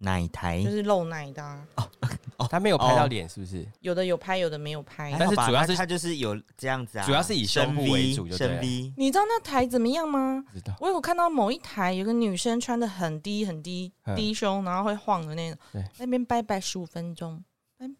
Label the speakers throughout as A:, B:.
A: 奶台
B: 就是露奶的啊、
C: 他没有拍
A: 哦
C: 到脸，是不是？
B: 有的有拍，有的没有拍。
A: 哎
C: 但是主要是
A: 他就是有这样子啊，
C: 主要是以胸部为主就对
A: 深
C: 了
A: V，
B: 你知道那台怎么样吗？
C: 不知道
B: 我有看到某一台有个女生穿的很低很低
C: 嗯
B: 低胸，然后会晃的那种
C: 对，
B: 那边拜拜十五分钟，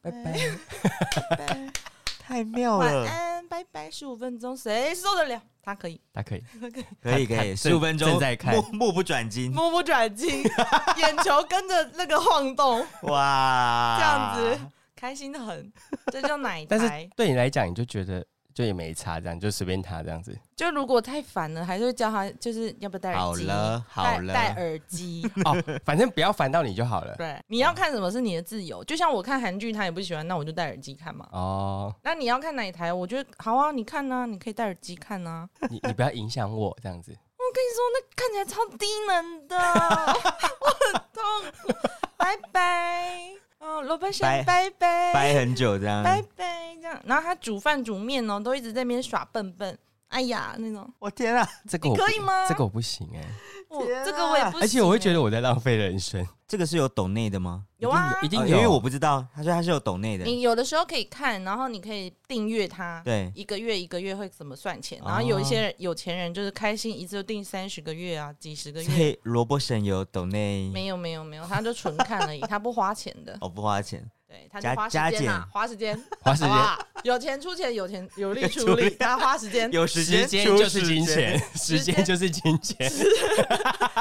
B: 拜
C: 拜拜
B: 拜。拜拜，
A: 太妙
B: 晚
A: 了，
B: 安，拜拜十五分钟，谁受得了？他可以
C: 他可以，
A: 可以可
C: 看
A: 以，
C: 看
A: 十五分钟
C: 正在看
A: 目目不转睛，
B: 目不转睛，眼球跟着那个晃动，
A: 哇，
B: 这样子开心的很，这叫奶
C: 但
B: 台
C: 是。对你来讲，你就觉得就也没差，这样就随便他这样子。
B: 就如果太烦了，还是会叫他，就是要不要戴耳机？
A: 好了好
B: 戴
A: 了
B: 戴耳机。
C: 哦，反正不要烦到你就好了。
B: 对，你要看什么是你的自由。就像我看韩剧，他也不喜欢，那我就戴耳机看嘛。
C: 哦，
B: 那你要看哪一台？我觉得好啊，你看啊，你可以戴耳机看啊。
C: 你你不要影响我这样子。
B: 我跟你说，那看起来超低能的， 我很痛苦。拜拜，哦，罗本
A: 拜
B: 先拜拜，
A: 掰很久这样，
B: 拜拜，这样。然后他煮饭煮面哦，都一直在那边耍笨笨。哎呀，那种
A: 我天啊，
C: 这个我不
B: 你可以吗
C: 这个我不行哎、
B: 我
A: 天啊
B: 这个我也不行欸，
C: 而且我会觉得我在浪费人生。
A: 这个是有抖内的吗？
B: 有啊，
C: 一定
A: 哦
C: 有，
A: 因为我不知道，他说他是有抖内的，
B: 你有的时候可以看，然后你可以订阅它，
A: 对，
B: 一个月一个月会怎么算钱？
A: 哦
B: 然后有一些人有钱人就是开心一次就订三十个月啊，几十个
A: 所
B: 月。
A: 以萝卜神有抖内，
B: 没有没有没有，他就纯看 而已，他不花钱的，
A: 哦不花钱，
B: 对，他
A: 加
B: 就花时
A: 加
B: 间啊
A: 减，
B: 花时间，
C: 花时
B: 好
C: 间
B: 不好？有钱出钱，有钱有力
A: 有
B: 出
A: 力
B: 力，他花时 间
A: 有时间
C: 间
A: 出
C: 就是金
A: 时
C: 钱
A: 间，，
C: 时间
B: 间
C: 就是金钱。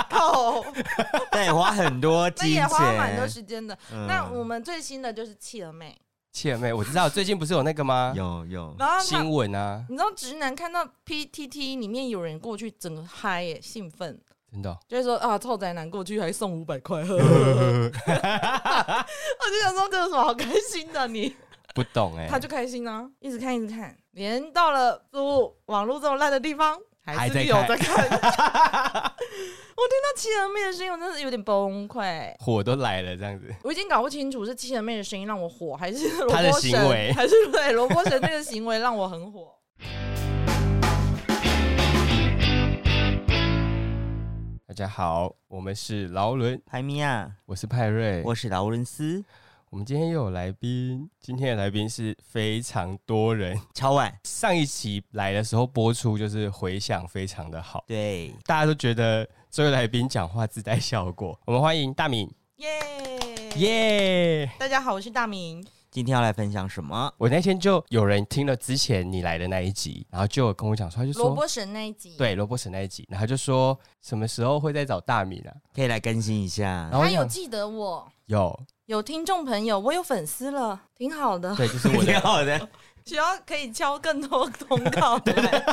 B: 够，
A: 对，花很多
B: 那
A: 金
B: 也
A: 钱，
B: 花蛮多时间的。
A: 嗯
B: 那我们最新的就是企鹅妹，
C: 切妹，我知道最近不是有那个吗？
A: 有有，
B: 然后他
C: 新闻啊，
B: 你知道直男看到 PTT 里面有人过去，整个嗨耶，兴奋。
C: 真的哦、
B: 就会说啊，臭宅男过去还送五百块， 呵呵呵我就想说这有什么好开心的你？
C: 不懂哎、
B: 他就开心啊，一直看一直看，连到了租网络这么烂的地方，还是有
C: 还
B: 在
C: 在
B: 看。我 听到七人妹的声音，我真的是有点崩溃。
C: 火都来了这样子。
B: 我已经搞不清楚是七人妹的声音让我火，还是萝
C: 他的
B: 卜
C: 行为
B: 神，还是对萝卜神那个行为让我很火。
C: 大家好，我们是劳伦，
A: 海米亚，
C: 我是派瑞，我
A: 我是劳伦斯，
C: 们今天又有来宾，今天的来宾是非常多人。
A: 超晚，
C: 上一期来的时候播出，就是回响非常的好，
A: 对，
C: 大家都觉得这位来宾讲话自带效果。我们欢迎大敏，
B: 耶、
C: 耶、
B: 大家好，我是大明。
A: 今天要来分享什么？
C: 我那天就有人听了之前你来的那一集，然后就有跟我讲说，他就
B: 萝
C: 说
B: 卜神那一集，
C: 对罗伯神那一集，然后就说什么时候会再找大米呢、
A: 可以来更新一下
C: 然，后我
B: 啊他有
C: 想
B: 记得我。
C: 有，
B: 有听众朋友，我有粉丝了，挺好的。
C: 对，就是我
A: 挺
C: 的。
A: 好的，
B: 只要可以敲更多通告，来，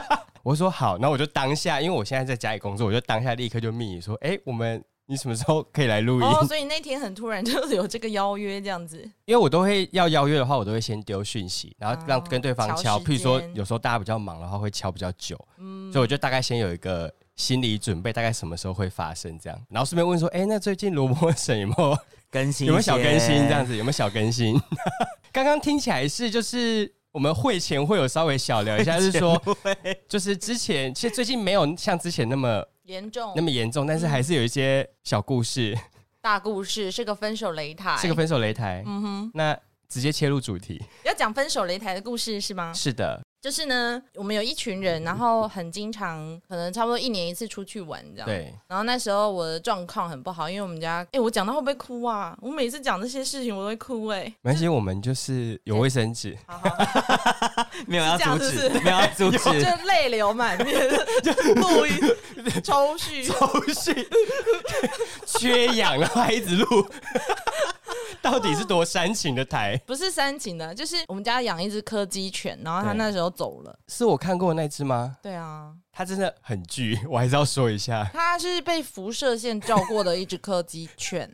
C: 我说好，那我就当下，因为我现在在家里工作，我就当下立刻就密你说，哎、我们你什么时候可以来录音？
B: 哦，所以那天很突然就有这个邀约，这样子。
C: 因为我都会要邀约的话，我都会先丢讯息，然后让
B: 哦
C: 跟对方敲。
B: 敲时
C: 譬如说，
B: 间
C: 有时候大家比较忙的话，会敲比较久，
B: 嗯
C: 所以我就大概先有一个心理准备，大概什么时候会发生这样。然后顺便问说，哎、那最近罗伯神有没有
A: 更新
C: 有没有小
A: 一些
C: 更新？这样子有没有小更新？刚刚听起来是就是我们会前会有稍微小聊一下，就是说就是之前其实最近没有像之前那么
B: 严重
C: 那么严
B: 嗯
C: 重，但是还是有一些小故事，
B: 大故事是个分手擂台，
C: 是个分手擂台。
B: 嗯哼，
C: 那直接切入主题，
B: 要讲分手擂台的故事是吗？
C: 是的，
B: 就是呢，我们有一群人，然后很经常，可能差不多一年一次出去玩这样。。
C: 对，
B: 然后那时候我的状况很不好，因为我们家，哎、我讲到会不会哭啊？我每次讲这些事情我都会哭、哎。
C: 没关系，我们就是有卫生 纸，
B: 好好。
A: 没有要
B: 是这
A: 阻
B: 样是
A: 止，
B: 不是
A: 没有要阻
B: 就
A: 止，
B: 泪流满 面，录音抽蓄，
C: 头绪 缺氧，然后还一 直录，到底是多煽情的台？
B: 不是煽情的，就是我们家养一只柯基犬，然后它
C: 对
B: 那时候走了。
C: 是我看过的那只吗？
B: 对啊，
C: 它真的很巨，我还是要说一下，
B: 它是被辐射线照过的一只柯基犬，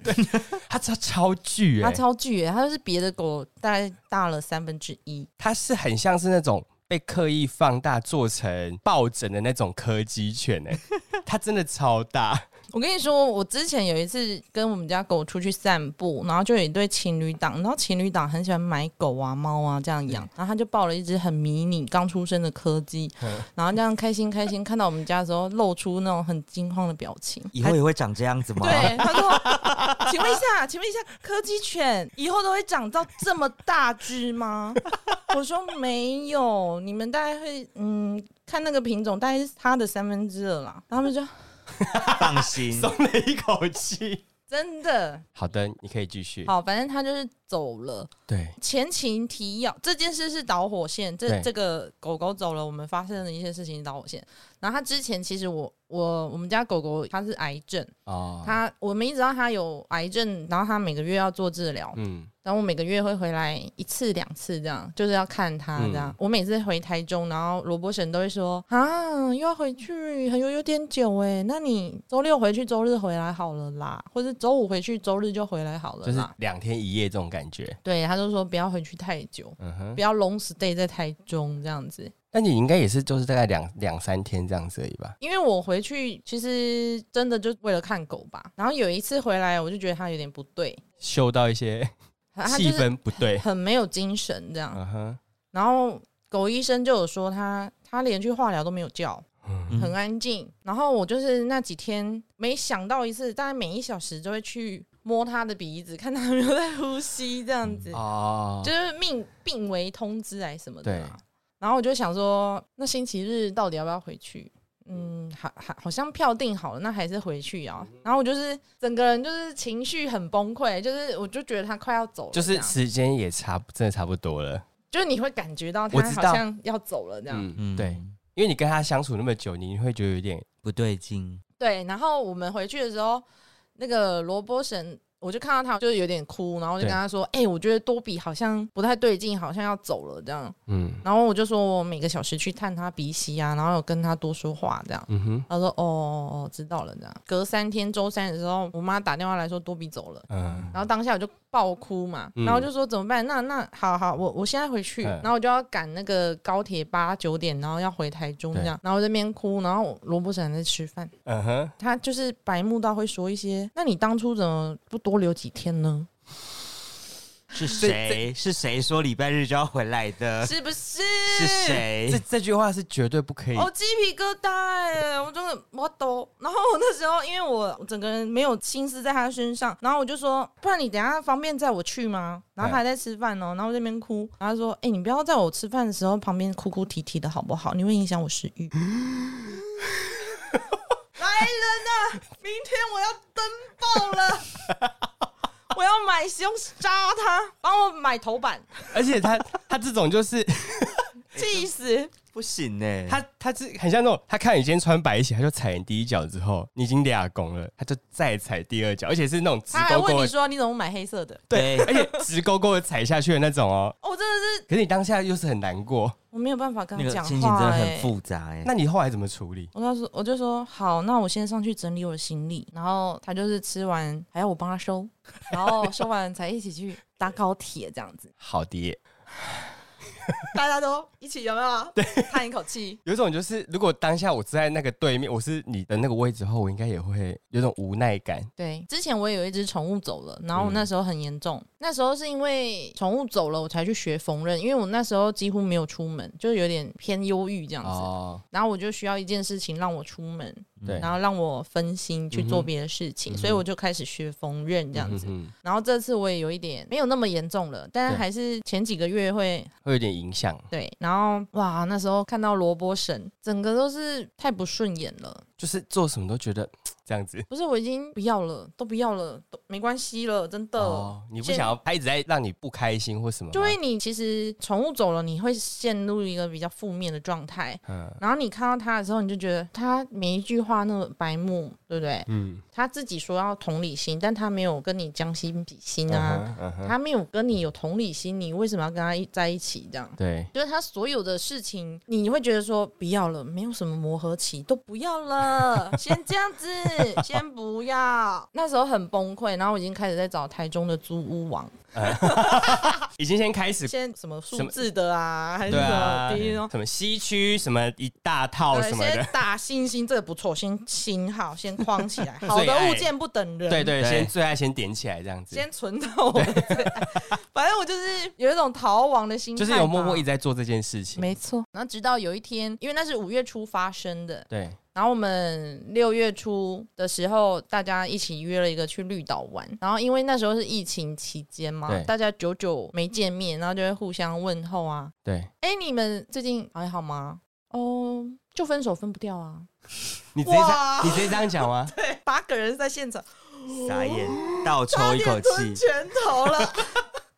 C: 它超超巨、欸，
B: 它超巨耶，它就是别的狗大概大了三分之一。
C: 它是很像是那种被刻意 放大做成抱枕的那种柯基犬、欸，它真的超大，
B: 我跟你说，我之前有一次跟我们家狗出去散步，然后就有一对情侣档，然后情侣档很喜欢买狗啊、猫啊这样养，然后他就抱了一只很迷你、刚出生的柯基，然后这样开心开心，看到我们家的时候露出那种很惊慌的表情。
A: 以后也会长这样子吗？
B: 对，他说：“ 请问一下，请问一下，柯基犬以后都会长到这么大只 吗？”我说：“没有，你们大概会嗯，看那个品种，大概是它的三分之二啦。”然后他们就
A: 放心，
C: 松了一口气。
B: 真的
C: 好的，你可以继续。
B: 好，反正他就是走了。
C: 对，
B: 前情提要，这件事是导火线，这
C: 对
B: 这个狗狗走了，我们发生的一些事情是导火线。然后他之前其实我我我们家狗狗它是癌症，
C: 哦，
B: 它我们一直知道它有癌症，然后它每个月要做治疗，
C: 嗯，
B: 然后我每个月会回来一次两次，这样就是要看他这样。
C: 嗯
B: 我每次回台中，然后罗伯神都会说啊，又要回去，很有有点久哎，那你周六回去，周日回来好了啦，或者周五回去，周日就回来好了
C: 就是
B: 啦。
C: 两天一夜这种感觉。
B: 对，他就说不要回去太久，
C: 嗯
B: 不
C: 哼，
B: 要 long stay 在台中这样子。
C: 但你应该也是就是大概两两三天这样子而已吧？
B: 因为我回去其实真的就为了看狗吧，然后有一次回来，我就觉得他有点不对，
C: 嗅到一些
B: 他
C: 气
B: 就是
C: 氛不 对。
B: 很没有精神这样。
C: 嗯哼，
B: 然后狗医生就有说他他连去化疗都没有叫，
C: 嗯
B: 很安静。然后我就是那几天没想到一次，大概每一小时就会去摸他的鼻子，看他有没有在呼吸，这样子，
C: 哦
B: 就，是命病危通知哎什么的
C: 对
B: 啊、然后我就想说，那星期日到底要不要回去？嗯，好，好，好像票定好了，那还是回去
C: 嗯
B: 啊。然后我就是整个人就是情绪很崩溃，就是我就觉得他快要走了
C: 就
B: 这样，
C: 是时间也差不真的差不多了。
B: 就是你会感觉到
C: 我
B: 他
C: 知
B: 好
C: 道
B: 像要走了这样。
C: 嗯，对，，因为你跟他相处那么久，你会觉得有点
A: 不对劲，
B: 对，然后我们回去的时候，那个罗波神，我就看到他就是有点哭，然后我就
C: 对
B: 跟他说：“哎、我觉得多比好像不太对劲，好像要走了这样。
C: 嗯”
B: 然后我就说我每个小时去探他鼻息啊，然后有跟他多说话这样。
C: 嗯哼
B: 他说：“哦哦，哦知道了。”这样，隔三天周三的时候，我妈打电话来说多比走了。
C: 嗯
B: 然后当下我就爆哭嘛，
C: 嗯
B: 然后就说怎么办？那那好好，我我现在回去，
C: 嗯
B: 然后我就要赶那个高铁八九点，然后要回台中这样，然后我这边哭，然后罗伯神还在吃饭，
C: 嗯哼，
B: 他就是白目到会说一些，那你当初怎么不多留几天呢？
A: 是谁？是谁说礼拜日就要回来的？
B: 是不是？
A: 呃是？谁
C: 这？这句话是绝对不可以。
B: 哦，鸡皮疙瘩哎！我真的我抖。然后我那时候，因为我整个人没有心思在他身上，然后我就说，不然你等一下方便载我去吗？然后他还在吃饭哦，然后我这边哭，然后他说，哎、你不要在我吃饭的时候旁边哭哭啼啼的好不好？你会影响我食欲。来人啊！明天我要登报了。我要买凶扎他，帮我买头版，
C: 而且他他这种 就是
B: 气死！
A: 不行欸呢，
C: 他他是很像那种，他看你今天穿白鞋，他就踩你第一脚之后，你已经俩拱了，他就再踩第二脚，而且是那种直
B: 他还
C: 勾
B: 问
C: 勾
B: 你
C: 的，
B: 说你怎么买黑色的？
C: 对，而且直勾勾的踩下去的那种哦。
B: 哦，我真的是
C: 可是你当下又是很难过，
B: 我没有办法跟
A: 那
B: 他
A: 个
B: 讲
A: 心情真
B: 话、
A: 的
B: 欸，
A: 很复杂哎。
C: 那你后来怎么处理？
B: 我告诉我就说好，那我先上去整理我的行李，然后他就是吃完还要我帮他收，然后收完才一起去搭高铁这样子，
C: 好的，
B: 大家都一起有没有？对，叹一口气。
C: 有一种就是如果当下我在那个对面，我是你的那个位置后，我应该也会有种无奈感。
B: 对，之前我也有一只宠物走了，然后我
C: 嗯
B: 那时候很严重，那时候是因为宠物走了我才去学缝纫，因为我那时候几乎没有出门，就是有点偏忧郁这样子，
C: 哦，
B: 然后我就需要一件事情让我出门，
C: 对，
B: 然后让我分心去
C: 嗯
B: 做
C: 哼
B: 别的事情，
C: 嗯哼
B: 所以我就开始学缝纫这样子。
C: 嗯哼
B: 然后这次我也有一点没有那么严重了，但是还是前几个月会
C: 会有点影响。
B: 对。然后哇，那时候看到萝卜神，整个都是太不顺眼了。
C: 就是做什么都觉得嗯这样子。
B: 不是，我已经不要了，都不要了，都没关系了，真的。
C: 哦，你不
B: 现
C: 想要他一直在让你不开心或什么吗？
B: 就因为你其实宠物走了，你会陷入一个比较负面的状态。
C: 嗯
B: 然后你看到它的时候，你就觉得它每一句话那么白目，对不对？
C: 嗯
B: 它自己说要同理心，但它没有跟你将心比心啊。
C: 嗯哼嗯哼
B: 他没有跟你有同理心，你为什么要跟他一在一起？这样
C: 对，
B: 就是他所有的事情，你会觉得说不要了，没有什么磨合期，都不要了，先这样子。 先不要。那时候很崩溃，然后我已经开始在找台中的租屋网，
C: 已经先开始
B: 先什么数
C: 什么
B: 字的啊，还是
C: 对
B: 什么
C: 啊
B: 第一种，。
C: 什么西区什么一大套
B: 对，
C: 什么
B: 先
C: 的，
B: 打星星，这个不错，先星号，先框起 来。好
C: 最
B: 的
C: 爱
B: 物件不等人，
C: 哎对对，
A: 对
C: 先最爱先点起来这样子，
B: 先存到我的最爱。 反正我就是有一种逃亡的心态
C: 就
B: 吧，
C: 是有默默一直在做这件事情。
B: 没错。然后直到有一天，因为那是五月初发生的，
C: 对，
B: 然后我们六月初的时候，大家一起约了一个去绿岛玩。然后因为那时候是疫情期间嘛
C: 对，
B: 大家久久没见面，然后就会互相问候啊。
C: 对，
B: 哎，你们最近还好吗？哦，就分手分不掉啊。
C: 你直接这
B: 哇
C: 样，你直接这样讲吗？
B: 对， 八个人在现场，
A: 傻眼，
B: 哦
A: 倒抽一口气，
B: 拳头了。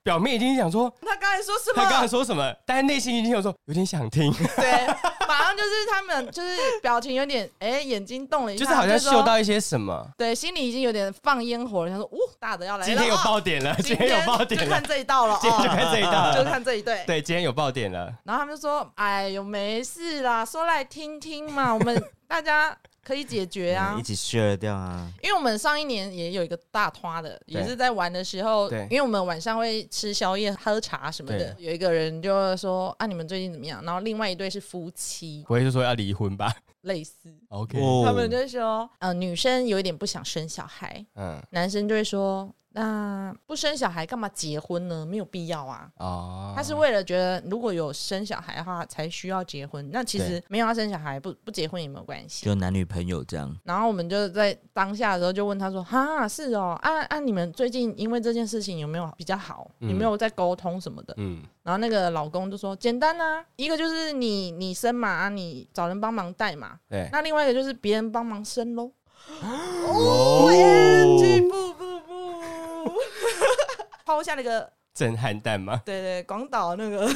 C: 表面已经想说
B: 他刚才说什
C: 他刚才说什么，但是内心已经有说有点想 听，
B: 对，马上就是他们就是表情有点，哎，眼睛动了一下，
C: 就是好像
B: 说
C: 嗅。到一些什么。
B: 对，心里已经有点放烟火了，想说，哦，大的要来了，
C: 今天有
B: 哦
C: 爆点了，今
B: 今
C: 天有爆
B: 就
C: 点了
B: 看，这一道了，
C: 今天就
B: 哦，
C: 看这一 道
B: 就
C: 了。
B: 看这一对。
C: 对，今天有爆点了。
B: 然后他们就说：“哎呦，没事啦，说来听听嘛，我们大家可以解决啊
A: 嗯一。起 share 掉啊，
B: 因为我们上一年也有一个大团的，
C: 对
B: 也是在玩的时候，
C: 对
B: 因为我们晚上会吃宵夜、喝茶什么的。有一个人就说：‘啊，你们最近怎么样？’然后另外一对是夫妻，
C: 不会是说要离婚吧
B: 类似，
C: ？OK，
A: 哦
B: 他们就说：‘呃，女生有一点不想生小孩，
C: 嗯，
B: 男生就会说：‘那不生小孩干嘛结婚呢？没有必要啊。’
C: 哦，
B: 他是为了觉得如果有生小孩的话才需要结婚，那其实没有要生小孩不不结婚也没有关系。
A: 就男女朋友这样，
B: 然后我们就在当下的时候就问他说：“哈，是哦，啊啊，你们最近因为这件事情有没有比较好？
C: 嗯
B: 有没有在沟通什么的
C: 嗯，？”
B: 然后那个老公就说：“简单啊，一个就是你你生嘛，啊你找人帮忙带嘛，
C: 对，
B: 那另外一个就是别人帮忙生喽。”
A: 哦，
B: 不不不， 抛下那个
C: 震撼弹 吗？
B: 对对广岛那个。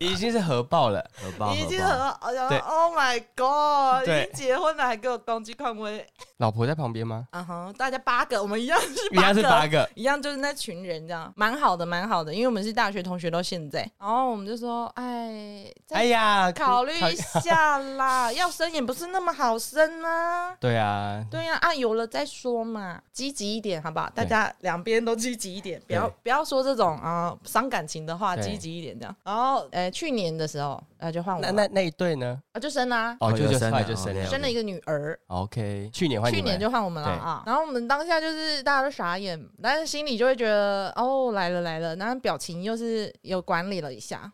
C: 已经是核爆了，
A: 荷包
B: 已经
A: 荷包，
B: 很好，然后
C: 对
B: Oh my God，已
C: 对
B: 经结婚了还给我攻击匡威，
C: 老婆在旁边吗？
B: 啊哈，大家八个，我们一样 是
C: 一样是八
B: 八个。
C: 个，
B: 一样就是那群人这样，蛮好的，蛮好的，因为我们是大学同学到现在，然后我们就说，哎，
C: 哎
B: 再
C: 呀，哎
B: 考虑一下啦， 要生也不是那么好生啊，
C: 对啊，
B: 对呀、啊，有了再说嘛，积极一点好不好？大
C: 对
B: 家两边都积极一点，不要
C: 对
B: 不要说这种啊、伤感情的话，
C: 对
B: 积极一点这样。然后，呃，去年的时候，呃，就换我
C: 那
B: 了
C: 那那一对呢？
B: 啊，就生啦、
C: 哦，
A: 哦
C: 就
A: 有
C: 就
A: 生
C: 后来
A: 了
C: 就
A: 哦
C: 生了
A: 了
B: 生了一个女儿，
C: ，OK，去年换你
B: 去
C: 们
B: 年就换我们了
C: 对
B: 啊。然后我们当下就是大家都傻眼，但是心里就会觉得哦来了来了，然后表情又是有管理了一 下，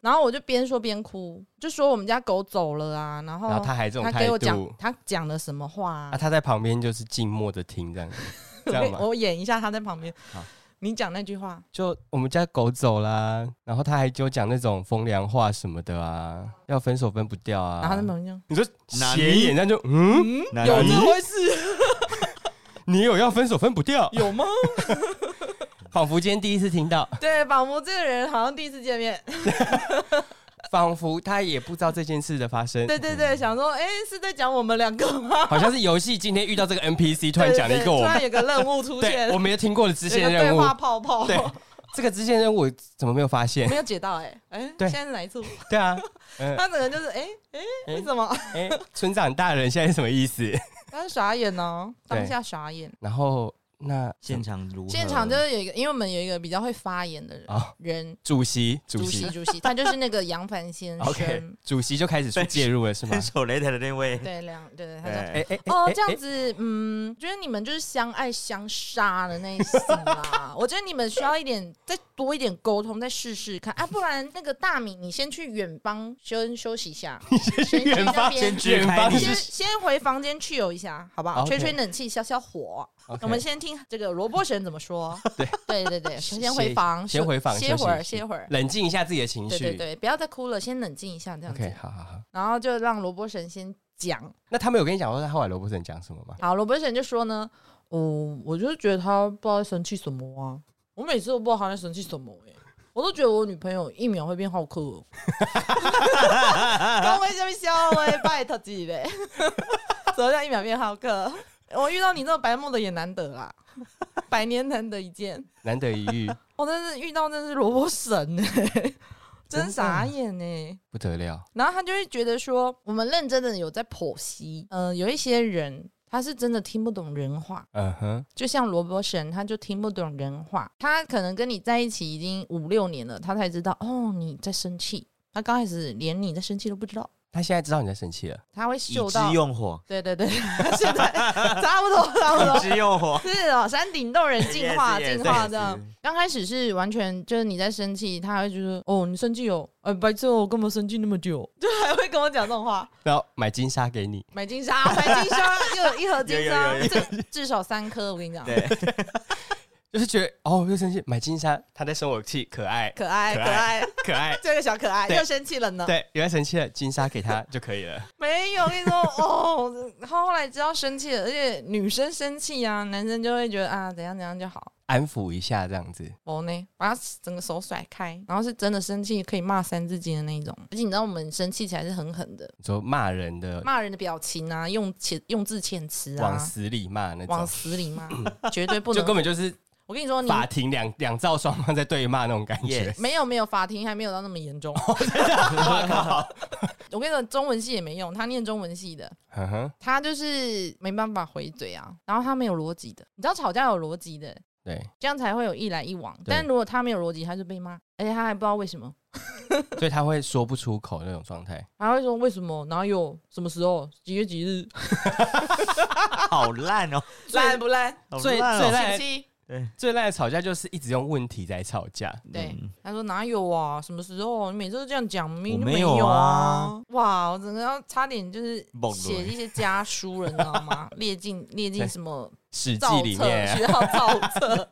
B: 然后我就边说边哭，就说我们家狗走了啊，然后
C: 然后他还这种
B: 他
C: 态
B: 给我
C: 度
B: 讲，他讲了什么话啊、
C: 啊，他在旁边就是静默的听这 样，这样吗
B: 我？我演一下他在旁边
C: 好，
B: 你讲那句话，
C: 就我们家狗走啦，然后他还就讲那种风凉话什么的啊，要分手分不掉啊。
B: 然后他们就
C: 你说
A: 哪
C: 斜
A: 里
C: 眼，那就嗯，
A: 那
B: 有
A: 你
B: 这回事
C: 你有要分手分不掉，
B: 有吗？
C: 仿佛今天第一次听到，
B: 对，仿佛这个人好像第一次见 面，
C: 仿佛他也不知道这件事的发生。
B: 对对对，想说哎是在讲我们两个吗？
C: 好像是游戏今天遇到这个 NPC，突然讲了一
B: 对对
C: 个
B: 对
C: 我
B: 突
C: 们
B: 然有个任务出现
C: 对，我没有听过的支
B: 有个
C: 线
B: 对
C: 任务
B: 话，泡泡，
C: 对这个支线任务我怎么没有发现？
B: 没有解到哎哎，
C: 对
B: 现在是哪一处？
C: 对啊，嗯，
B: 他整个就是哎哎，
C: 哎
B: 为什么？
C: 哎，村长大人现在是什么意思？
B: 他是傻眼哦，
C: 对
B: 当下傻眼。
C: 然后那
A: 现场如何？
B: 现场就是有一个，因为我们有一个比较会发言的人，
C: 啊
B: 人
C: 主席，
B: 主
C: 主
B: 席
C: 席
B: 主席，他就是那个杨凡先
C: ，OK，
B: 生。
C: 主席就开始出介入了是吗
A: 分？手擂台的那位，
B: 对，两对对，他
A: 对，
B: 说。
C: 哎哎哎
B: 哦，
C: 哎
B: 这
C: 哎
B: 样子，嗯，觉得你们就是相爱相杀的那一型 啦。我觉得你们需要一点，再多一点沟通，再试试看啊，不然那个大米，你先去远方先休息一下， 先
C: 远
B: 那
C: 方
B: 边
A: 支
C: 哎远
A: 开
C: 方
A: 你
B: 先
C: 是啊
B: 先回房间去游一下，好不好？
C: OK
B: 吹吹冷气，消消火。
C: OK
B: 我们先听这个萝卜神怎么说。
C: 对
B: 对对对，先回房，
C: 先回房
B: 歇会儿，
C: 休息
B: 歇会儿。
C: 冷静一下自己的情
B: 对
C: 绪。
B: 对对，不要再哭了，先冷静一下这样
C: OK，
B: 子，
C: 好好好。
B: 然后就让萝卜神先讲。
C: 那他们有跟你讲说他后来罗伯森讲什么吗？
B: 好，罗伯神就说呢，哦，我就是觉得他不知道在生气什么啊，我每次都不知道他在生气什么哎、我都觉得我女朋友一秒会变好客、哦， 跟我什么笑我也拜托自己呗，怎么叫一秒变好客？哦我遇到你这种白目的也难得啦，百年难得一见。
C: 难得一遇，
B: 我、真是遇到真是萝卜神哎、真傻眼哎、
C: 不得了。
B: 呃然后他就会觉得说，我们认真的有在剖析，嗯、有一些人。他是真的听不懂人话，
C: 嗯哼，
B: 就像罗伯神，他就听不懂人话。他可能跟你在一起已经五六年了，他才知道哦你在生气。他刚开始连你在生气都不知道，
C: 他现在知道你在生气了，
B: 他会
A: 已
B: 嗅
A: 知
B: 到。
A: 用火，
B: 对对对， 现在差不多差不
A: 已
B: 多。
A: 知用火，
B: 是哦，山顶洞人 进化
A: Yes, yes,
B: 进化
A: yes,
B: 这样
A: yes.。
B: 刚开始是完全就是你在生气，他还会觉得哦你生气哦，哎白痴哦，我干嘛生气那么久？ 就还会跟我讲这种话。
C: 然后买金沙给你，
B: 买金沙，买金沙，又有一盒金沙
A: 有有有有，
B: 至至少三颗，我跟你讲，
A: 对，
C: 就是觉得哦又生气，买金沙，他在生我气，可爱
B: 可爱
C: 可
B: 可
C: 爱
B: 爱，
C: 可爱，
B: 这个小可爱
C: 对
B: 又生气了呢。
C: 对，原来生气了，金沙给他就可以了，
B: 没有，我跟你说哦，然后后来知道生气了，而且女生生气啊，男生就会觉得啊怎样怎样就好。
C: 安抚一下这样子，
B: 哦呢，把他整个手甩开，然后是真的生气，可以骂三字经的那一种。而且你知道，我们生气起来是狠狠的，
C: 你说骂人的，
B: 骂人的表情啊，用遣用字遣词
C: 往
B: 啊，
C: 死里骂那
B: 往
C: 种，
B: 死里 骂，绝对不
C: 就根
B: 能。
C: 本就是
B: 我跟你说，你
C: 法庭两两造双方在对骂那种感觉
A: Yes
B: 没有没有，法庭还没有到那么严重。
C: 哦
B: 我跟你说，中文系也没用，他念中文系的，
C: 嗯哼，
B: 他就是没办法回嘴啊。然后他没有逻辑的，你知道吵架有逻辑的，
C: 对，
B: 这样才会有一来一往。
C: 对
B: 但如果他没有逻辑，他就被骂，而且他还不知道为什么，
C: 所以他会说不出口那种状态。
B: 他会说为什么，然后有什么时候，几月几日，
A: 好烂 哦，
B: 烂不烂？
A: 好
C: 最
A: 烂
C: 最
A: 哦，
C: 烂
B: 信息。
C: 最烂的吵架就是一直用问题在吵架，
B: 对
A: 嗯，
B: 他说哪有啊？什么时候？你每次都这样讲，明明
A: 我
B: 就
A: 没
B: 没
A: 有
B: 有
A: 啊！
B: 哇，我整个要差点就是
A: 崩了
B: 写一些家书了，你知道吗？ 列进列进什么
C: 《史记
B: 造》
C: 里
B: 册，
C: 面
B: 学校
C: 啊，
B: 造册。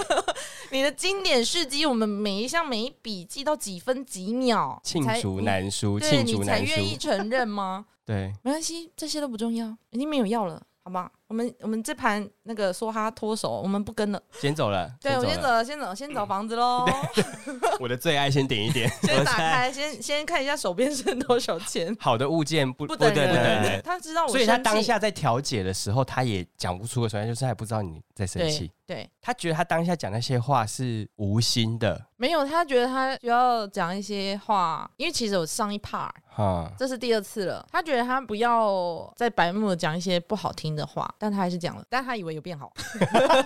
B: 你的经典事迹，我们每一项每一笔记到几分几秒，
C: 罄
B: 才
C: 竹
B: 你
C: 难书，
B: 对
C: 罄
B: 你
C: 竹
B: 才
C: 难
B: 愿意
C: 书，
B: 承认吗？
C: 对，
B: 没关系，这些都不重要，已经没有要了，好吧？我们我们这盘那个梭哈脱手，我们不跟了。
C: 先走了，嗯
B: 对，我先
C: 先
B: 走，了，先走，先找房子喽，
C: 了，我的最爱先点一点，
B: 先打开，先先看一下手边剩多少 钱，
C: 好的物件不
B: 不
C: 不
B: 等
A: 对对
B: 人。
A: 对
B: 他知道我
C: 所以他
B: 生气
C: 当下在调解的时候，他也讲不出个所以他就是他也不知道你在生气
B: 对，对
C: 他觉得他当下讲那些话是无心的，
B: 没有，他觉得他需要讲一些话，因为其实我上一 part
C: 哈，
B: 这是第二次了，他觉得他不要再白目地讲一些不好听的话，但他还是讲了，但他以为有变好，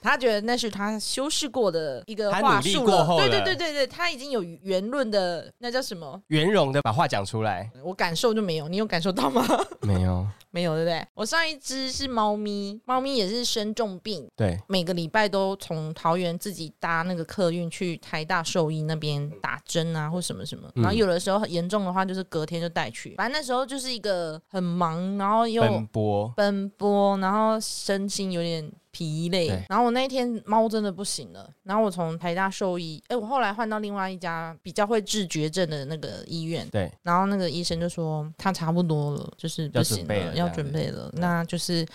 B: 他觉得那是他修饰过的一个
C: 他
B: 话
C: 努力
B: 术
C: 过
B: 了，
C: 后
B: 对
C: 了
B: 对对对对，他已经有圆润的那叫什么？
C: 圆融的把话讲出来，
B: 我感受就没有，你有感受到吗？
C: 没有，
B: 没有，对不对？我上一只是猫咪，猫咪也是生重病，
C: 对，
B: 每个礼拜都从桃园自己搭那个客运去台大兽医那边打针啊，或什么什么。
C: 嗯
B: 然后有的时候很严重的话，就是隔天就带去。反正那时候就是一个很忙，然后又
C: 奔波，
B: 奔波，然后身心有点疲累
C: 对。
B: 然后我那一天猫真的不行了，然后我从台大兽医，哎，我后来换到另外一家比较会治绝症的那个医院，
C: 对，
B: 然后那个医生就说他差不多了，就是不
C: 要
B: 行
C: 准备了
B: 要
C: 这样
B: 准备了，那就是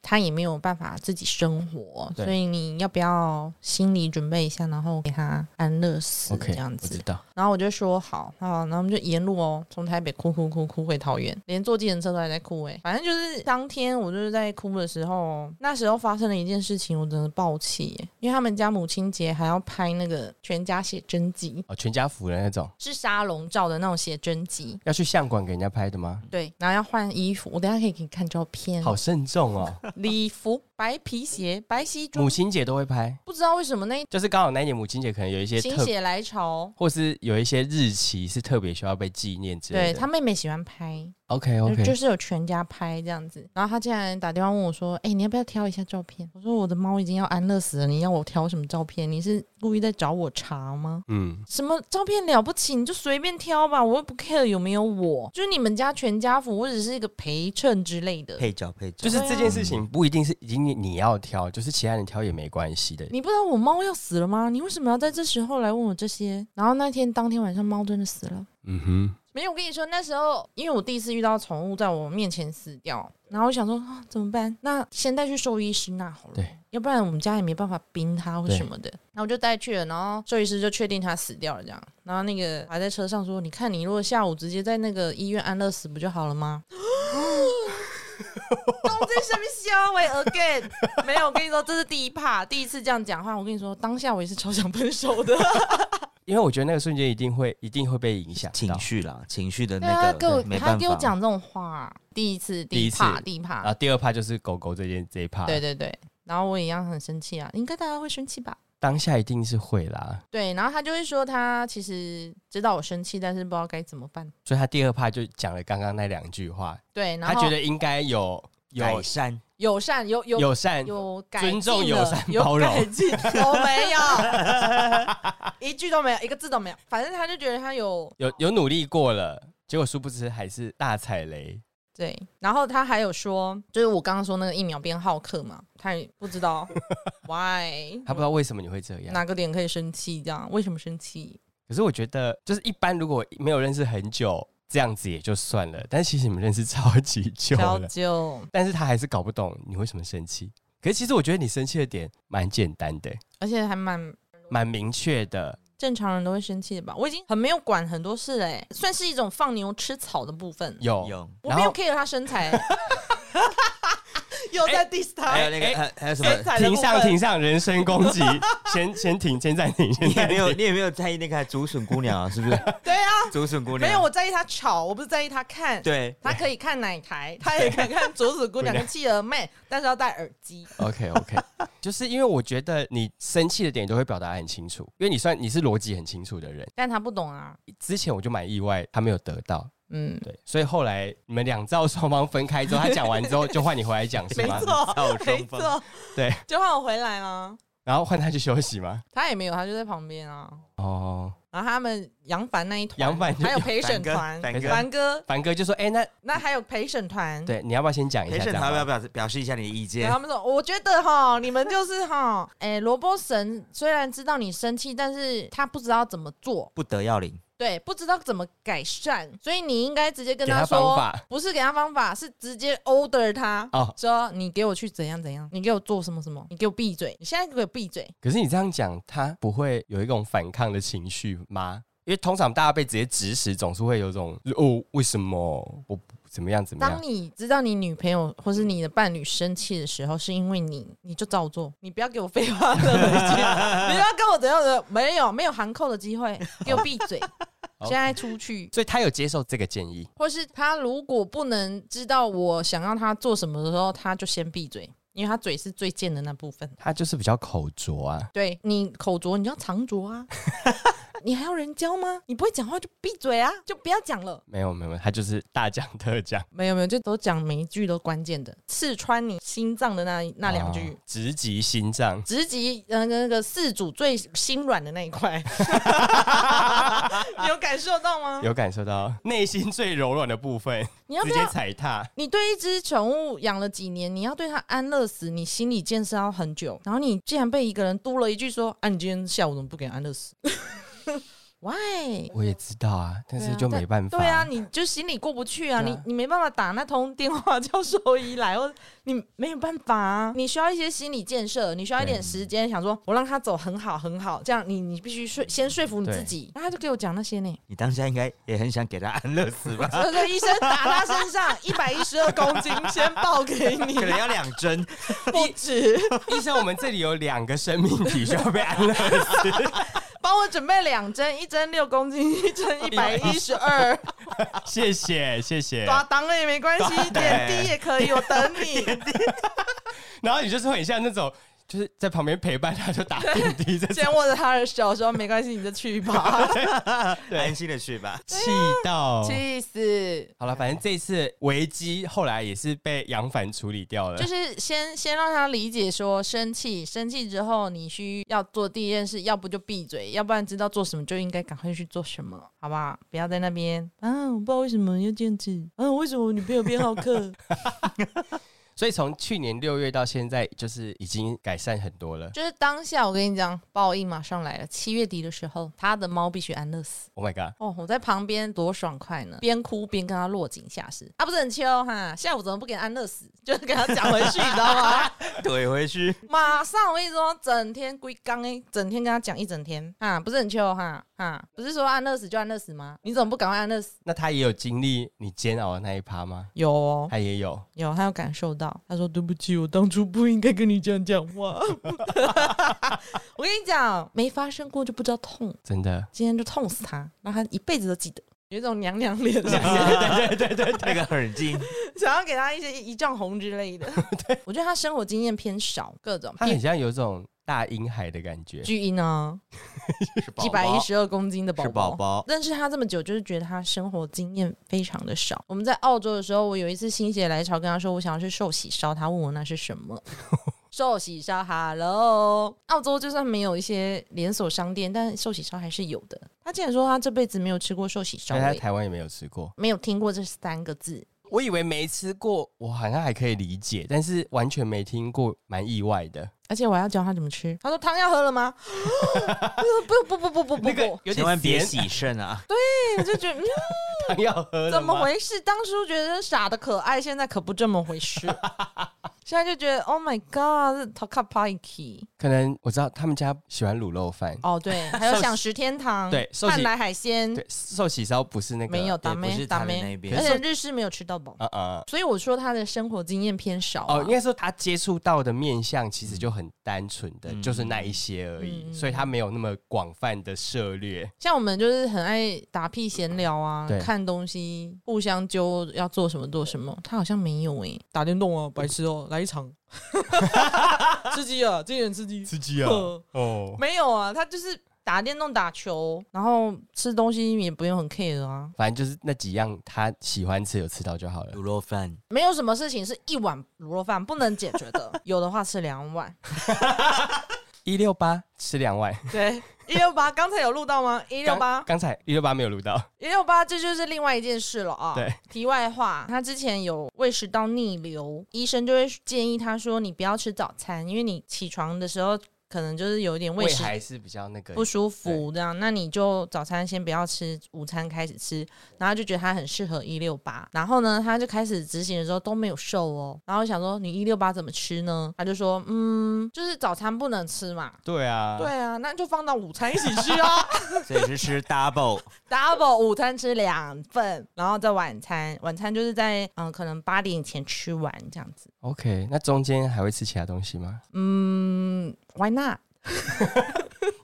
B: 他也没有办法自己生活，
C: 对
B: 所以你要不要心理准备一下，然后给他安乐死
C: OK，
B: 这样
C: 我
B: 子
C: 知？道，
B: 然后我就说好，好，然后我们就沿路哦，从台北哭哭哭哭回桃园，连坐计程车都还在哭哎、反正就是当天我就是在哭的时候，那时候发生了一件事情，我真的爆气、欸，因为他们家母亲节还要拍那个全家写真集，
C: 哦，全家福的那种，
B: 是沙龙照的那种写真集，
C: 要去相馆给人家拍的吗？
B: 对，然后要换衣服，我等一下可以给你看照片。
C: 好慎重哦，
B: 礼服、白皮鞋、白西装
C: 母，亲节都会拍，
B: 不知道为什么那一
C: 就是刚好那一年母亲节可能有一些
B: 心
C: 特，
B: 血来潮，
C: 或是有一些日期是特别需要被纪念之类
B: 对
C: 的。
B: 他妹妹喜欢拍，
C: OK
B: 就
C: OK，
B: 就是有全家拍这样子。然后他竟然打电话问我说：“哎、你要不要挑一下照片？”我说：“我的猫已经要安乐死了，你要我挑什么照片？你是故意在找我茬吗？”
C: 嗯，
B: 什么照片了不起？你就随便挑吧，我又不 care 有没有我，就是你们家全家福，我只是一个陪衬之类的。
A: 配角配角，
C: 就是
B: 对啊
C: 这件事情不一定是已经你你要挑，就是其他人挑也没关系的。
B: 你不知道我猫要死了吗？你为什么要在这时候来问我这些？然后那天当天晚上，猫真的死了。
C: 嗯哼，
B: 没有，我跟你说，那时候因为我第一次遇到宠物在我面前死掉，然后我想说啊，怎么办？那先带去兽医师那好了
C: 对，
B: 要不然我们家也没办法冰它或
C: 对
B: 什么的。然后我就带去了，然后兽医师就确定它死掉了，这样。然后那个还在车上说，你看你如果下午直接在那个医院安乐死不就好了吗？ 东在什么笑喂 again？没有，我跟你说，这是第一怕，第一次这样讲话。我跟你说，当下我也是超想分手的。
C: 因为我觉得那个瞬间一定会一定会被影响
A: 情
C: 到
A: 绪啦，情绪的
B: 对啊，
A: 那
B: 给我
A: 个没
B: 他
A: 办
B: 给我讲
A: 法。
B: 这种话，啊第一次，
C: 第
B: 第
C: 一
B: 一
C: 次啊
B: 怕，第一怕
C: 然，后第二怕就是狗狗这件这一怕，
B: 对对对。然后我一样很生气啊，应该大家会生气吧？
C: 当下一定是会啦。
B: 对，然后他就会说他其实知道我生气，但是不知道该怎么办。
C: 所以他第二怕就讲了刚刚那两句话，
B: 对，然
C: 他
B: 后
C: 觉得应该有
A: 改
C: 有
A: 善，
B: 友善有有
C: 友善，
B: 有改
C: 尊重
B: 进了
C: 友善
B: 有
C: 包容
B: 改 进我没有，一句都没有，一个字都没有。反正他就觉得他有
C: 有有努力过了，结果殊不知还是大踩雷。
B: 对，然后他还有说，就是我刚刚说那个疫苗编好客嘛，他也不知道 why，
C: 他不知道为什么你会这样。
B: 哪个点可以生气，这样为什么生气？
C: 可是我觉得，就是一般如果没有认识很久，这样子也就算了。但其实你们认识超级久
B: 然后
C: 了，
B: 就
C: 但是他还是搞不懂你为什么生气。可是其实我觉得你生气的点蛮简单的，
B: 而且还蛮
C: 蛮明确的。
B: 正常人都会生气的吧？我已经很没有管很多事了，欸，算是一种放牛吃草的部分。
C: 有
A: 有
B: 我
C: 然
B: 没
C: 后
B: 有 care 他身材， 又在 diss 他。
A: 还有那
C: 哎
A: 个还呃还有什
B: 身
A: 么？
B: 材的
C: 停
B: 部
C: 上
B: 分
C: 停上，人身攻击，先先停，先暂停，先
A: 你也
C: 暂
A: 没有，
C: 停。
A: 你也没有在意那个竹笋姑娘啊，是 不是？
B: 对啊，
A: 竹笋姑娘
B: 没有，我在意他吵，我不是在意他看。
A: 对，
B: 他可以看奶台，他也可以看竹子姑娘跟企鹅妹，但是要戴耳机。
C: OK OK，就是 因为我觉得你生气的点都会表达得很清楚，因为你算你是逻辑很清楚的人。
B: 但他不懂啊，
C: 之前我就蛮意外，他没有得到，
B: 嗯，
C: 对，所以后来你们两造双方分开之后，他讲完之后就换你回来讲，是
B: 没
C: 吗？
A: 造
B: 错，
A: 成
B: 没
A: 风
B: 错，
C: 对，
B: 就换我回来啊啦。
C: 然后换他去休息吗？
B: 他也没有，他就在旁边啊。
C: 哦，
B: 然后他们杨凡那一团，
C: 杨凡就
B: 还有陪审
A: 凡哥
B: 团，
A: 凡哥
B: 凡哥，
C: 凡哥就说：“哎、那
B: 那还有陪审团，
C: 对，你要不要先讲一下
A: 陪
C: 这
A: 审
C: 样
A: 团
C: 好
A: 要
C: 不
A: 不
C: 好？
A: 要表表示一下你的意
B: 然
A: 见
B: 后？他们说，哦我觉得哈，你们就是哈，哎，萝卜神虽然知道你生气，但是他不知道怎么做，
A: 不得要领，
B: 对，不知道怎么改善，所以你应该直接跟
C: 给他方
B: 说，
C: 法
B: 不是给他方法，是直接 order 他，
C: 哦。
B: 说你给我去怎样怎样，你给我做什么什么，你给我闭嘴，你现在给我闭嘴。
C: 可是你这样讲，他不会有一种反抗的情绪吗？因为通常大家被直接指使，总是会有种哦，为什么我不怎么样怎么
B: 当
C: 样？
B: 你知道你女朋友或是你的伴侣生气的时候，是因为你，你就照做，你不要给我废话了，你不要跟我怎样的，没有没有含扣的机会，给我闭嘴，
C: 好
B: 现在出去。
C: 所以他有接受这个建议，
B: 或是他如果不能知道我想要他做什么的时候，他就先闭嘴，因为他嘴是最贱的那部分。
C: 他就是比较口拙啊。
B: 对你口拙，你要长拙啊。你还要人教吗？你不会讲话就闭嘴啊，就不要讲了。
C: 没有没有，没有他就是大讲特讲
B: 没有没有，就都讲每一句都关键的，刺穿你心脏的那那两句，
C: 哦直击心脏。
B: 直击呃那个四主最心软的那一 块，你有感受到吗？
C: 有感受到内心最柔软的部分，
B: 你要
C: 直
B: 不
C: 接
B: 要？
C: 踩踏。
B: 你对一只宠物养了几年，你要对它安乐死，你心理建设要很久。然后你竟然被一个人嘟了一句说：“啊，你今天下午怎么不给安乐死 ？”Why？
C: 我也知道啊，但
B: 对
C: 是
B: 啊
C: 就没办法。
B: 对啊，，你就心里过不去啊，
C: 对
B: 你
C: 啊
B: 你没办法打那通电话叫兽医来，或 你没有办法啊，你需要一些心理建设，你需要一点时间，想说我让他走很好很好，这样你你必须说先说服你
C: 对
B: 自己，那他就给我讲那些呢，
A: 你当下应该也很想给他安乐死 吧？
B: 这个医生打他身 上一百一十二公斤，先报给你
A: 可，能要两针，
B: 不止，
C: 医生，我们这里有两个生命体需要被安 乐死，
B: 帮我准备两针，一针六公斤，一 针一百一十二，
C: 谢谢谢谢。
B: 抓裆了也没关系，点滴也可以，我等 你。
C: 然后你就是会很像那种，就是在旁边陪伴他，就打点 滴这
B: 先
C: 种，
B: 握着他的手说：“没关系，你就去吧。
A: 安心的去吧。
C: 气到”。
B: 气死！
C: 好了，反正这一次危机后来也是被杨凡处理掉了
B: 就。是先先让他理解说生气，生气之后你需要做第一件事，要不就闭嘴，要不然知道做什么就应该赶快去做什么，好不好？不要在那边啊，我不知道为什么要这样子，啊，为什么我女朋友变好客？
C: 所以从去年六月到现在，就是已经改善很多了。
B: 就是当下我跟你讲，报应马上来了。七月底的时候，他的猫必须安乐死。
C: Oh my god！
B: 哦，我在旁边多爽快呢，边哭边跟他落井下石。啊，不是很秋哈，下午怎么不给安乐死？就是给他讲回去，你知道吗？
A: 怼回去，
B: 马上我跟你说，整天龟缸哎，整天跟他讲一整天啊，不是很秋哈啊，不是说安乐死就安乐死吗？你怎么不赶快安乐死？
C: 那他也有经历你煎熬的那一趴吗？
B: 有哦，
C: 他也有。
B: 有，他有感受道。他说对不起，我当初不应该跟你这样讲话。我跟你讲，没发生过就不知道痛，
C: 真 的，
B: 今天就痛死他，让他一辈子都记得。有一种娘娘 脸，
A: 对对对，那个耳镜，
B: 想要给他一些一丈红之类 的。我觉得他生活经验偏少，各种
C: 他很像有一种大婴孩的感觉，
B: 巨婴啊，
A: 是宝
B: 几百一
A: 宝
B: 十二公斤的宝
A: 是宝宝，
B: 认识他这么久，就是觉得他生活经验非常的少。我们在澳洲的时候，我有一次心血来潮跟他说我想要吃寿喜烧，他问我那是 什么。寿喜烧，Hello，澳洲就算没有一些连锁商店，但寿喜烧还是有的。他竟然说他这辈子没有吃过寿喜烧
C: 但，是他
B: 欸
C: 台湾也没有吃过。
B: 没有听过这三个字。
C: 我以为没吃过，我好像还可以理解，但是完全没听过，蛮意外的。
B: 而且我还要教他怎么吃。他说汤要喝 了吗？ 不不不不不不不，
C: 那个有
A: 千万
C: 点
A: 别
C: 咸，
A: 洗肾啊！
B: 我就觉得、嗯、
C: 糖要喝了
B: 怎么
C: 吗？
B: 回事？当初觉得傻的可爱，现在可不这么回 事。现在就觉得 Oh my God，这 Talk p i k e
C: 可能我知道他们家喜欢卤肉饭，
B: 哦 对，还有
C: 寿喜
B: 享食天堂，
C: 对寿喜
B: 汉来海鲜
C: 对，寿喜烧不是那个，
B: 没有，打
A: 不
B: 咩
A: 是
B: 打
A: 他们
B: 咩
A: 那，边
B: 而且日式没有吃到饱，
C: 啊啊、
B: 所以我说他的生活经验偏少啊、
C: 哦，应该说他接触到的面相其实就很单纯的，
A: 嗯
C: 就是那一些而已，
B: 嗯
C: 所以他没有那么广泛的涉猎。
B: 像我们就是很爱打屁闲聊啊
C: 对，
B: 看东西，互相揪要做什么做什么。他好像没有诶、打电动啊，白痴哦、来一 场， 吃鸡啊，这人吃鸡，
C: 刺激
B: 呃
C: 哦，
B: 没有啊，他就是打电动、打球，然后吃东西也不用很 care 啊，
C: 反正就是那几样他喜欢吃有吃到就好了
A: 卤。肉饭，
B: 没有什么事情是一碗卤肉饭不能解决 的，有的话吃两碗。
C: 一六八吃两碗，
B: 对，一六八刚才有录到吗？一六八
C: 刚，刚才一六八没有录到，
B: 一六八，这就是另外一件事了啊。
C: 对，
B: 题外话，他之前有胃食道逆流，医生就会建议他说，你不要吃早餐，因为你起床的时候可能就是有一点胃
C: 胃
B: 食
C: 还是比较那个
B: 不舒服这样，那你就早餐先不要吃，午餐开始吃，然后就觉得他很适合一六八，然后呢，他就开始执行的时候都没有瘦哦，然后我想说你一六八怎么吃呢？他就说嗯，就是早餐不能吃嘛，
C: 对啊，
B: 对啊，那就放到午餐一起吃啊
A: 所以是吃 double，
B: ，double 午餐吃两份，然后再晚餐，晚餐就是在嗯可能八点以前吃完这样子，
C: OK，那中间还会吃其他东西吗？
B: 嗯，Why not？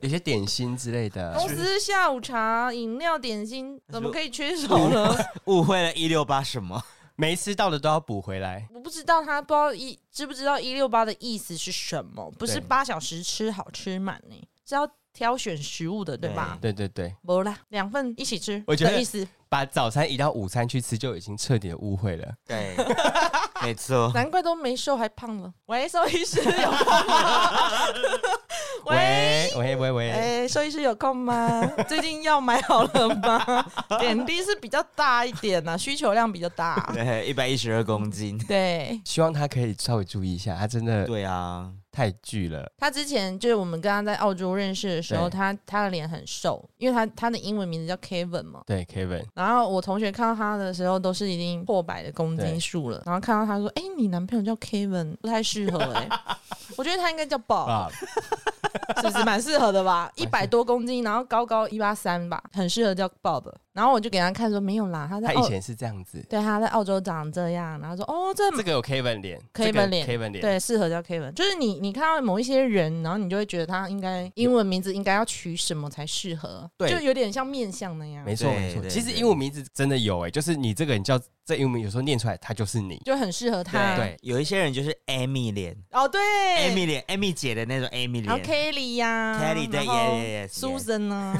C: 有些点心之类的
B: 公司下午茶、饮料、点心怎么可以缺少呢？
A: 误会了一六八什么？
C: 没吃到的都要补回来。
B: 我不知道他不知道一知不知道一六八的意思是什么，不是
C: 对
B: 八小时吃好吃满呢、是要挑选食物的，对吧？
C: 对对对，
B: 不啦，两份一起吃，
C: 我觉得
B: 的意思。
C: 把早餐移到午餐去吃就已经彻底的误会了。
A: 对， 没错。
B: 难怪都没瘦，还胖 了。喂，兽医师有空吗？喂，
C: 喂喂喂，
B: 哎，兽医师有空吗？最近药买好了吗？ 点滴是比较大一点呐、需求量比较大。
A: 对，一百一十二公斤。
B: 对，
C: 希望他可以稍微注意一下，他真的
A: 对啊，
C: 太巨了。
B: 他之前就是我们跟他在澳洲认识的时候，
C: 对
B: 他他的脸很瘦，因为他他的英文名字叫 Kevin 嘛。
C: 对，Kevin，
B: 然后我同学看到他的时候，都是已经破百的公斤数了。然后看到他说：“哎、你男朋友叫 Kevin，不太适合哎、 我觉得他应该叫 Bob，
C: 啊，
B: 是不是蛮适合的 吧？一
C: 蛮适
B: 百多公斤，然后高高一八三吧，很适合叫 Bob。然后我就给他看说没有啦，他在
C: 他以
B: 澳
C: 前是这样子，
B: 对他在澳洲长这样，然后说哦这
C: 这个有 Kevin 脸
B: Kevin 脸
C: ，Kevin 脸，
B: 对适合叫 Kevin，就是你你看到某一些人，然后你就会觉得他应该英文名字应该要取什么才适合，
C: 对
B: 就有点像面相那样，
C: 没错
A: 对
C: 没错。
A: 对
C: 其实
A: 对
C: 英文名字真的有哎，就是你这个人叫这英文名，有时候念出来他就是你。
B: 就很适合他。
C: 对，
A: 有一些人就是 Amy 脸
B: 哦对
A: ，Amy 脸，Amy 姐的那种 Amy
B: 然后
A: 脸。
B: Kelly 呀
A: Kelly，对
B: 然后
A: ，yes，yes，yes，yes
B: ，Susan 呢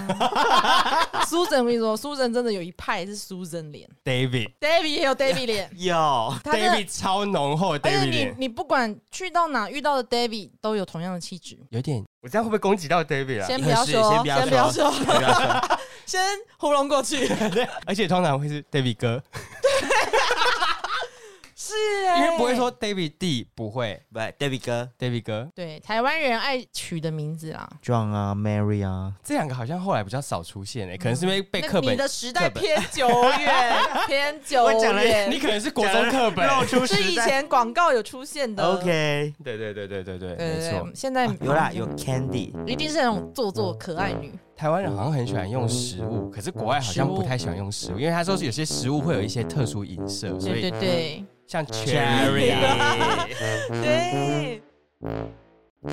B: ？Susan 我跟你说，Susan 真的有一派是 Susan 脸
C: David，David
B: ，David 也有 David 脸，
A: 有，
B: 他真的。
C: 超浓厚的
B: 而且
C: ，David
B: 你
C: 脸，
B: 你不管去到哪遇到的 David 都有同样的气质，
C: 有点，我这样会不会攻击到 David 啊？
B: 先不要说，
A: 先不要
B: 先不要说，
A: 不要说
B: 先糊弄过 去。
C: 而且通常会是 David 哥，
B: 是，欸
C: 因为不会。说 David 弟，不会
A: 不，David 哥
C: David 哥。
B: 对，台湾人爱取的名字啦，
A: ，John 啊，Mary 啊，
C: 这两个好像后来比较少出现诶、可能是因为被
B: 那
C: 课
B: 你
C: 本，
B: 的时代
C: 课本
B: 偏久远， 偏久
A: 我讲了
B: 远
C: 你，可能是国中课本。
A: 露出
B: 是以
A: 时代。
B: 前广告有出现的。嗯
A: OK，
C: 对对对对对对，
B: 对
C: 没
B: 对
C: 错啊
B: 对，，现在
A: 有啦，有 Candy，
C: 嗯
B: 一定是那种做作可爱女。
C: 台湾人好像很喜欢用食物，可是国外好像不太喜欢用食物，因为他说是有些食物会有一些特殊影射，嗯所
B: 对
C: 以
B: 对对
C: 像 cherry 啊
A: Cherry，
B: 对。